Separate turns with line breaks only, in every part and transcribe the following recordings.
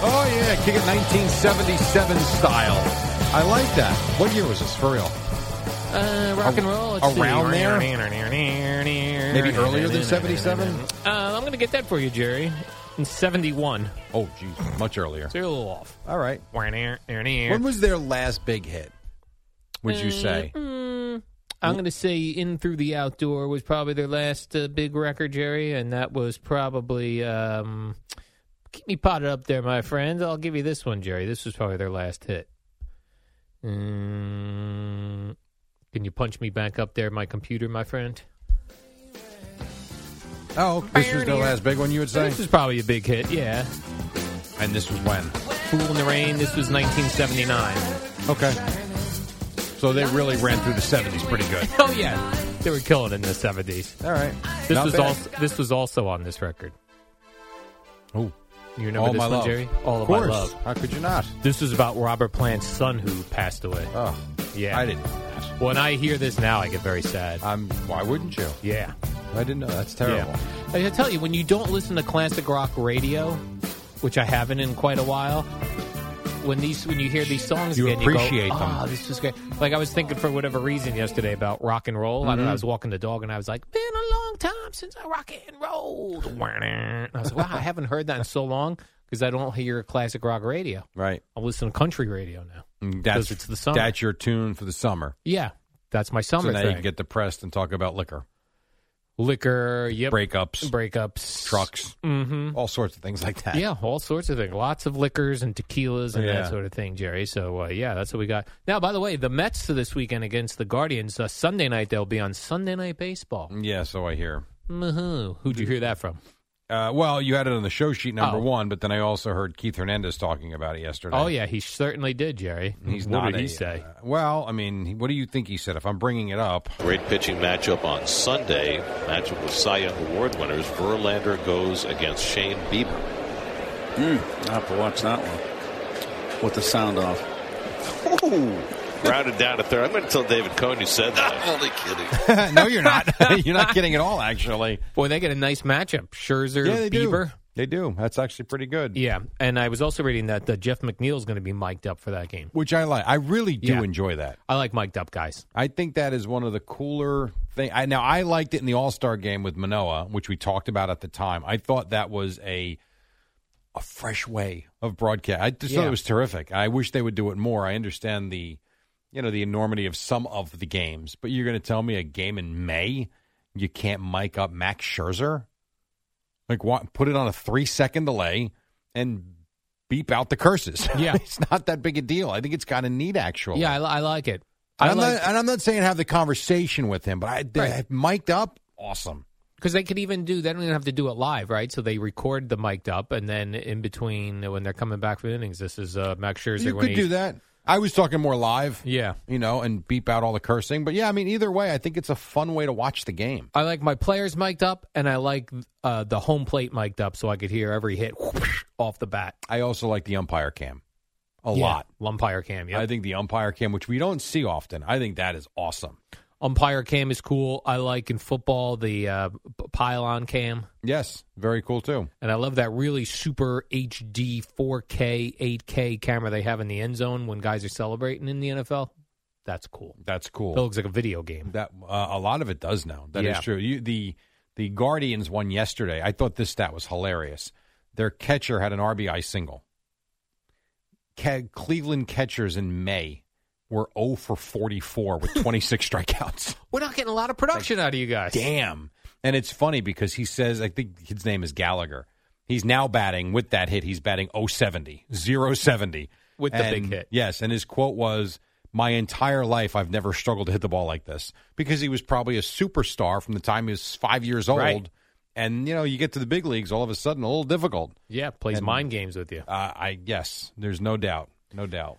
Oh yeah, kick it 1977 style. I like that. What year was this for real?
Uh, rock and roll. Let's see.
around there?
Maybe
Maybe earlier than 77?
Uh, I'm going to get that for you, Jerry. In 71.
Oh geez, much earlier.
So you're a little off.
All right. When was their last big hit? Would you say?
Mm, I'm going to say In Through the Outdoor was probably their last uh, big record, Jerry, and that was probably. Um, keep me potted up there, my friend. I'll give you this one, Jerry. This was probably their last hit. Mm, can you punch me back up there, my computer, my friend?
Oh, this was their last big one. You would say?
This is probably a big hit, yeah.
And this was when?
Fool in the Rain, this was 1979.
Okay. So they really ran through the 70s pretty good.
Oh yeah, they were killing in the seventies.
All right.
This was also this was also on this record.
Oh,
You remember
all
this
my
one,
love,
Jerry? All
of
of my
course.
love.
How could you not?
This was about Robert Plant's son who passed away.
Oh,
Yeah.
I didn't.
When I hear this now, I get very sad.
I'm. Why wouldn't you?
yeah,
I didn't know. That's terrible.
yeah. I gotta tell you, when you don't listen to classic rock radio, which I haven't in quite a while. When these, when you hear these songs
You
again,
appreciate
you go,
them.
"Ah, this is great." Like I was thinking for whatever reason yesterday about rock and roll. I don't
Mm-hmm.
know. I was walking the dog and I was like, "Been a long time since I rock and rolled." And I was like, "Wow, I haven't heard that in so long because I don't hear classic rock radio.
Right.
I listen to country radio now.
Mm, That's
it's the summer.
That's your tune for the summer.
Yeah, that's my
So
summer
now you
thing.
can get depressed and talk about liquor,
Liquor, yep,
breakups,
breakups,
trucks,
hmm
all sorts of things like that.
Yeah, all sorts of things. Lots of liquors and tequilas and
Yeah.
that sort of thing, Jerry. So, uh, yeah, that's what we got. Now, by the way, the Mets this weekend against the Guardians. Uh, Sunday night, they'll be on Sunday Night Baseball.
Yeah, so I hear.
Mhm. Who'd you hear that from?
Uh, well, you had it on the show sheet number
Oh.
one, but then I also heard Keith Hernandez talking about it yesterday.
Oh, yeah, he certainly did, Jerry.
He's
what
not
did he
a,
say?
uh, well, I mean, he- what do you think he said? If I'm bringing it up,
Great pitching matchup on Sunday. Matchup with Cy Young Award winners. Verlander goes against Shane Bieber.
I have to watch that one with the sound off.
Grounded down to third. I'm going to tell David Cohn who said that.
no, you're not. you're not kidding at all. Actually,
Boy, they get a nice matchup. Scherzer, Bieber.
do. They do. That's actually pretty good.
Yeah, and I was also reading that uh, Jeff McNeil's going to be mic'd up for that game.
Which I like. I really do
Yeah.
enjoy that.
I like mic'd up guys.
I think that is one of the cooler thing. I, now I liked it in the All Star game with Manoa, which we talked about at the time. I thought that was a a fresh way of broadcast. I just thought
Yeah.
it was terrific. I wish they would do it more. I understand the you know the enormity of some of the games, but you're going to tell me a game in May you can't mic up Max Scherzer? Like what? Put it on a three second delay and beep out the curses.
Yeah.
it's not that big a deal. I think it's kind of neat actually.
Yeah, I, li- I like it.
And
I
I'm,
like
not, and I'm not saying have the conversation with him, but I they,
Right.
mic'd up, awesome.
Because they could even do, they don't even have to do it live, right? So they record the mic'd up, and then in between, when they're coming back from innings, this is uh, Max Scherzer.
you
when
could
he-
do that. I was talking more live,
Yeah.
you know, and beep out all the cursing. But yeah, I mean, either way, I think it's a fun way to watch the game.
I like my players mic'd up, and I like uh, the home plate mic'd up so I could hear every hit whoosh, off the bat.
I also like the umpire cam a
Yeah.
lot.
Umpire cam, yeah.
I think the umpire cam, which we don't see often, I think that is awesome.
Umpire cam is cool. I like in football the uh, p- pylon cam.
Yes, very cool too.
And I love that really super HD 4K 8K camera they have in the end zone when guys are celebrating in the NFL. That's cool.
That's cool.
That looks like a video game.
That uh, a lot of it does now. That is
Yeah.
true. You, the the Guardians won yesterday. I thought this stat was hilarious. Their catcher had an RBI single, Ca- Cleveland catchers in May were 0 for 44 with 26 strikeouts.
We're not getting a lot of production out of you guys.
Damn. And it's funny because he says, I think his name is Gallagher. He's now batting with that hit. He's batting 070, 070.
With the big
And-
hit.
Yes. And his quote was, My entire life, I've never struggled to hit the ball like this because he was probably a superstar from the time he was five years old.
Right.
And, you know, you get to the big leagues, all of a sudden, a little difficult.
Yeah, plays
And-
mind games with you.
Uh, I yes, there's no doubt, no doubt.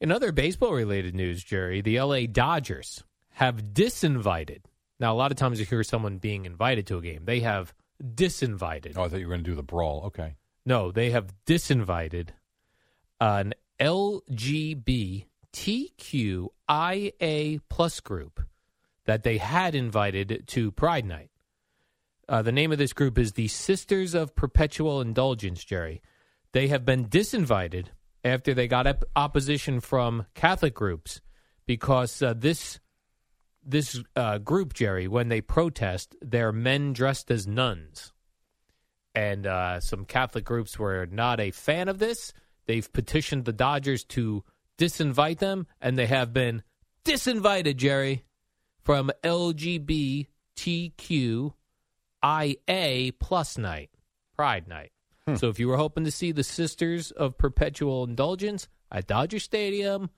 In other baseball related news, Jerry, the LA Dodgers have disinvited. Now, a lot of times you hear someone being invited to a game, they have disinvited.
Oh, I thought you were going to do the brawl. Okay,
No, they have disinvited an LGBTQIA plus group that they had invited to Pride Night. Uh, the name of this group is the Sisters of Perpetual Indulgence, Jerry. They have been disinvited after they got op- opposition from Catholic groups because uh, this this uh, group, Jerry, when they protest, they're men dressed as nuns and uh, some Catholic groups were not a fan of this. They've petitioned the Dodgers to disinvite them, and they have been disinvited, Jerry, from LGBTQIA plus night, Pride night. So if you were hoping to see the Sisters of Perpetual Indulgence at Dodger Stadium,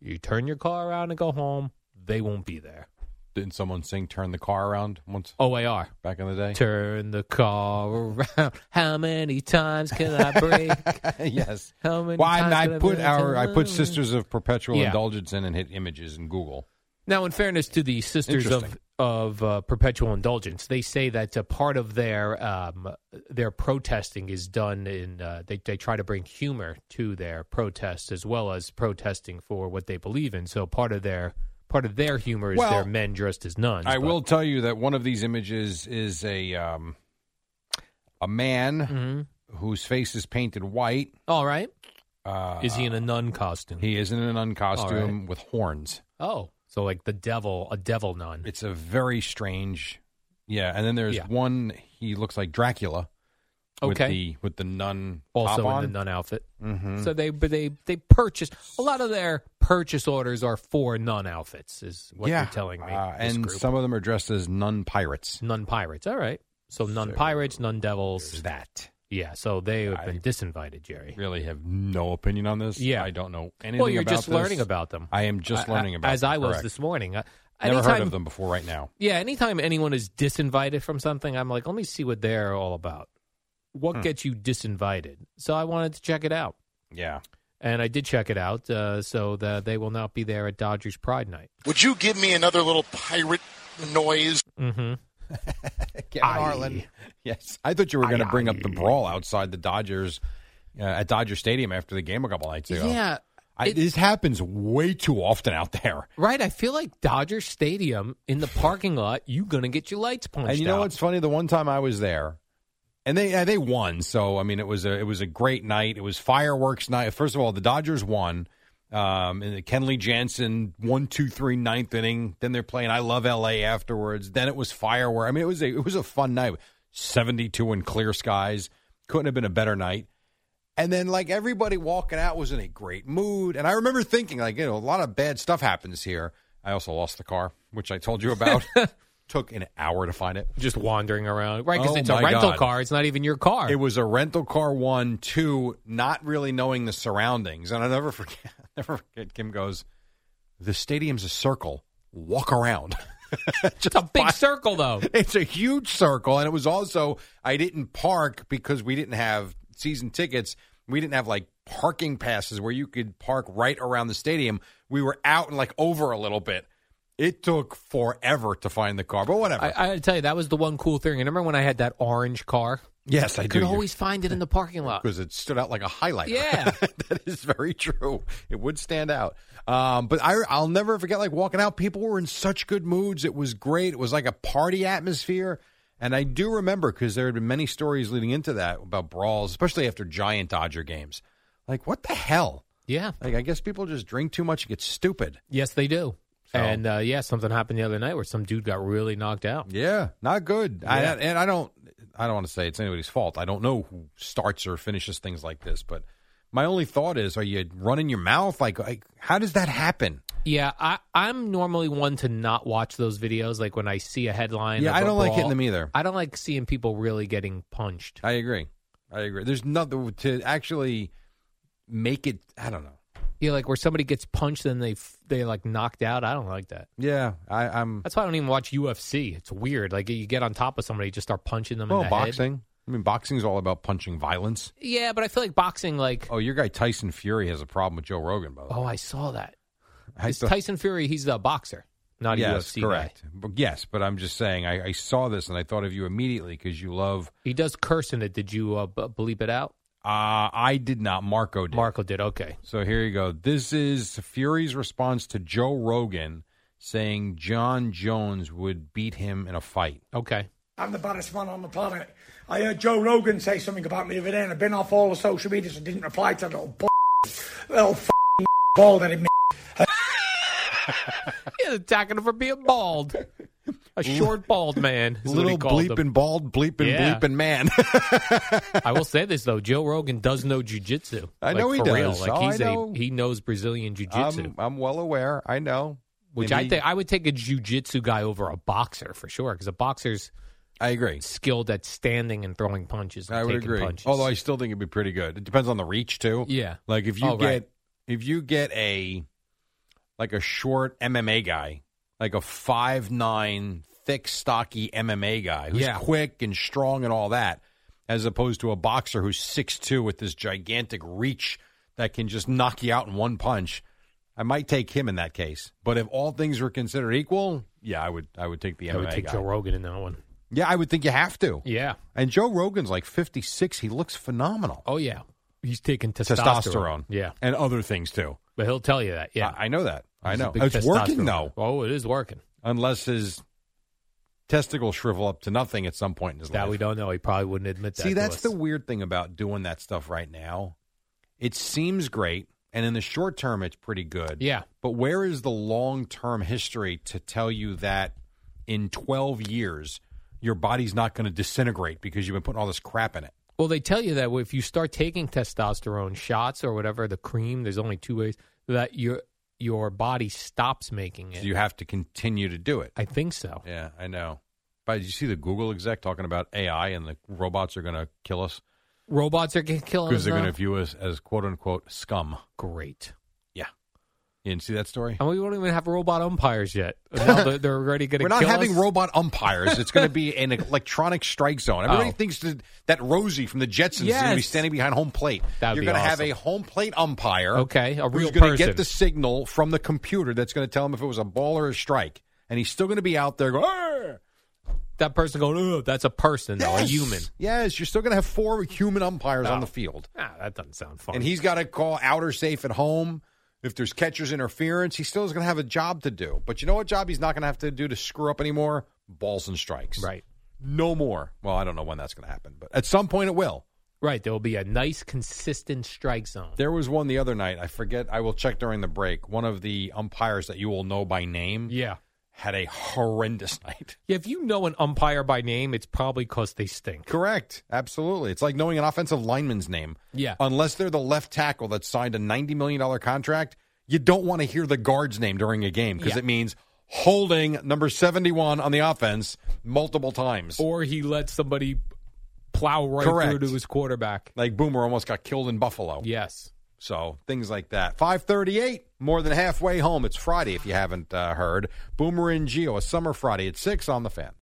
you turn your car around and go home. They won't be there.
didn't someone sing "Turn the Car Around" once
OAR.
back in the day?
Turn the car around. How many times can I break?
yes.
How many
Why
times
I
did I
put
put
our I put
it?
Sisters of Perpetual
Yeah.
Indulgence in and hit images in Google.
Now, in fairness to the Sisters of
Interesting.
of uh, Perpetual Indulgence, they say that uh, part of their um, their protesting is done in uh, they they try to bring humor to their protest as well as protesting for what they believe in. So part of their part of their humor is
Well,
their men dressed as nuns.
I
but-
will tell you that one of these images is a um, a man
Mhm.
whose face is painted white.
All right.
Uh,
Is he in a nun costume?
He is in a nun costume with horns.
oh, so like the devil, a devil nun.
It's a very strange. Yeah, and then there's
Yeah.
one. He looks like Dracula. With
Okay.
the with the nun top
also
on. Mm-hmm.
in the nun outfit. So they but they they purchase a lot of their purchase orders are for nun outfits is what
yeah.
you're telling me.
Uh,
this
and
group.
some of them are dressed as nun pirates.
nun pirates. All right. So nun pirates, nun devils.
That
Yeah, so they have
I-
been disinvited, Jerry.
really have no opinion on this.
Yeah.
I don't know anything.
Well, you're
about
just
this.
learning about them.
I am just
I- I-
learning about
as
them,
I was
correct.
this morning. I,
Never
anytime,
heard of them before. Right now,
Yeah, anytime anyone is disinvited from something, I'm like, let me see what they're all about.
Hmm.
What gets you disinvited? So I wanted to check it out,
yeah.
and I did check it out. Uh, so the, they will not be there at Dodgers Pride Night.
Would you give me another little pirate noise?
Mm-hmm.
Kevin Harlan. Yes, I thought you were going to bring up the brawl outside the Dodgers uh, at Dodger Stadium after the game a couple nights ago.
Yeah.
I,
it-
this happens way too often out there.
Right. I feel like Dodger Stadium in the parking lot, you're going to get your lights punched
and you know
out.
what's funny? The one time I was there, and they uh, they won. So I mean, it was a it was a great night. It was fireworks night. First of all, the Dodgers won. Um, and Kenley Jansen one two three ninth inning. Then they're playing I Love L.A. afterwards. Then it was fireworks. I mean, it was a it was a fun night. Seventy two in clear skies. Couldn't have been a better night. And then like everybody walking out was in a great mood. And I remember thinking like you know a lot of bad stuff happens here. I also lost the car, which I told you about. Took an hour to find it.
Just wandering around, right? Because
Oh,
it's a
my
rental
God.
car. It's not even your car.
It was a rental car one, two, not really knowing the surroundings. And I never forget never forget Kim goes, The stadium's a circle. Walk around.
it's a big circle, though.
It's a huge circle, and it was also I didn't park because we didn't have season tickets. We didn't have like parking passes where you could park right around the stadium. We were out and like over a little bit. It took forever to find the car, but whatever.
I, I gotta tell you, that was the one cool thing. And remember when I had that orange car?
yes, I
I could
do.
always find it in the parking lot.
because it stood out like a highlighter.
Yeah.
that is very true. It would stand out. Um, but I, I'll never forget like walking out. People were in such good moods. It was great. It was like a party atmosphere. And I do remember because there had been many stories leading into that about brawls, especially after giant Dodger games. Like what the hell?
Yeah.
Like I guess people just drink too much and get stupid.
Yes, they do.
So-
And uh, yeah, something happened the other night where some dude got really knocked out.
Yeah, not good. I,
Yeah.
and I don't, I don't want to say it's anybody's fault. I don't know who starts or finishes things like this, but my only thought is, are you running your mouth? Like, like how does that happen?
Yeah, I, I'm normally one to not watch those videos. Like when I see a headline,
Yeah,
of
I
a
don't like hitting
brawl,
them either.
I don't like seeing people really getting punched.
I agree. I agree. There's nothing to actually make it. I don't know.
Yeah, like where somebody gets punched and they f- they like knocked out. I don't like that.
Yeah, I, I'm.
That's why I don't even watch UFC. It's weird. Like you get on top of somebody, you just start punching them. in
Well,
the
Oh, boxing. I mean, boxing's all about punching violence.
Head. Yeah, but I feel like boxing. Like oh,
Oh, your guy Tyson Fury has a problem with Joe Rogan, by the way.
I saw that.
I
It's
thought-
Oh, Tyson Fury. He's a boxer, not a
yes,
UFC
correct.
guy.
But yes, but I'm just saying, I, I saw this and I thought of you immediately because you love
He does curse in it. Did you uh, b- bleep it out?
Uh, I did not. Marco did.
Marco did. Okay.
So here you go. This is Fury's response to Joe Rogan saying John Jones would beat him in a fight.
Okay.
I'm the baddest man on the planet. I heard Joe Rogan say something about me the other day, and I've been off all the social media, so I didn't reply to that little b- little f- ball that he made.
He's attacking him for being bald. A short bald man. is what he
Little
called
bleeping
him.
bald, bleeping
Yeah.
bleeping man.
I will say this though: Joe Rogan does know jujitsu.
I know he
for Real.
does.
Like
Oh, I
he's
know.
a he knows Brazilian jiu-jitsu.
I'm, I'm well aware. I know.
which
And
I
he-
think I would take a jiu-jitsu guy over a boxer for sure because a boxer's
I agree.
skilled at standing and throwing punches. And
I would
taking
agree.
Punches.
Although I still think it'd be pretty good. It depends on the reach too.
Yeah.
Like if you
Oh,
get
right.
if you get a like a short MMA guy, like a five nine thick stocky MMA guy who's
Yeah.
quick and strong and all that, as opposed to a boxer who's six two with this gigantic reach that can just knock you out in one punch. I might take him in that case. But if all things were considered equal, yeah, I would I would take the
I would
MMA
take
guy.
Joe Rogan in that one.
yeah, I would think you have to.
Yeah.
And Joe Rogan's like 56. He looks phenomenal.
Oh yeah. He's taking testosterone.
Testosterone.
Yeah,
And other things too.
but he'll tell you that. Yeah.
I, I know that. I
He's a
know.
big
It's working
testosterone
though.
guy. Oh, it is working.
Unless his testicles shrivel up to nothing at some point in his
That
life.
we don't know. He probably wouldn't admit that.
See,
to
that's
us.
the weird thing about doing that stuff right now. It seems great, and in the short term, it's pretty good.
Yeah.
But where is the long term history to tell you that in 12 years, your body's not going to disintegrate because you've been putting all this crap in it?
Well, they tell you that if you start taking testosterone shots or whatever, the cream, there's only two ways that your your body stops making it.
So you have to continue to do it.
I think so.
Yeah, I know. But did you see the Google exec talking about AI and the robots are going to kill us
Robots are g- killing
because
us.
they're going
now?
to view us as quote unquote scum.
Great.
You didn't see that story?
And we don't even have robot umpires yet. Now they're, Oh, they're already going to
We're not having robot umpires. It's going to be an electronic strike zone. Everybody
Oh.
thinks that, that Rosie from the Jetsons is going to be
Yes.
standing behind home plate.
That'd
You're
be
gonna have
awesome.
a home plate umpire.
Okay, a real
who's gonna
person.
get the signal from the computer that's going to tell him if it was a ball or a strike, and he's still going to be out there going. "Arr!"
That person going, oh, that's a person, though, a
Yes!
human.
Yes, you're still going to have four human umpires on
Oh.
the field.
Ah, that doesn't sound fun.
and he's got to call outer safe at home. If there's catcher's interference, he still is going to have a job to do. But you know what job he's not going to have to do to screw up anymore? Balls and strikes.
Right.
No more. Well, I don't know when that's going to happen, but at some point it will.
Right. There will be a nice, consistent strike zone.
There was one the other night. I forget. I will check during the break. One of the umpires that you will know by name
Yeah.
had a horrendous night.
yeah. If you know an umpire by name, it's probably because they stink.
Correct. Absolutely. It's like knowing an offensive lineman's name.
Yeah.
Unless they're the left tackle that signed a $90 million contract, you don't want to hear the guard's name during a game because
Yeah.
it means holding number 71 on the offense multiple times.
Or he let somebody plow right
Correct.
through to his quarterback.
Like Boomer almost got killed in Buffalo.
Yes.
So things like that. 538, more than halfway home. It's Friday if you haven't uh, heard. Boomer and Geo, a summer Friday at 6 on the fan.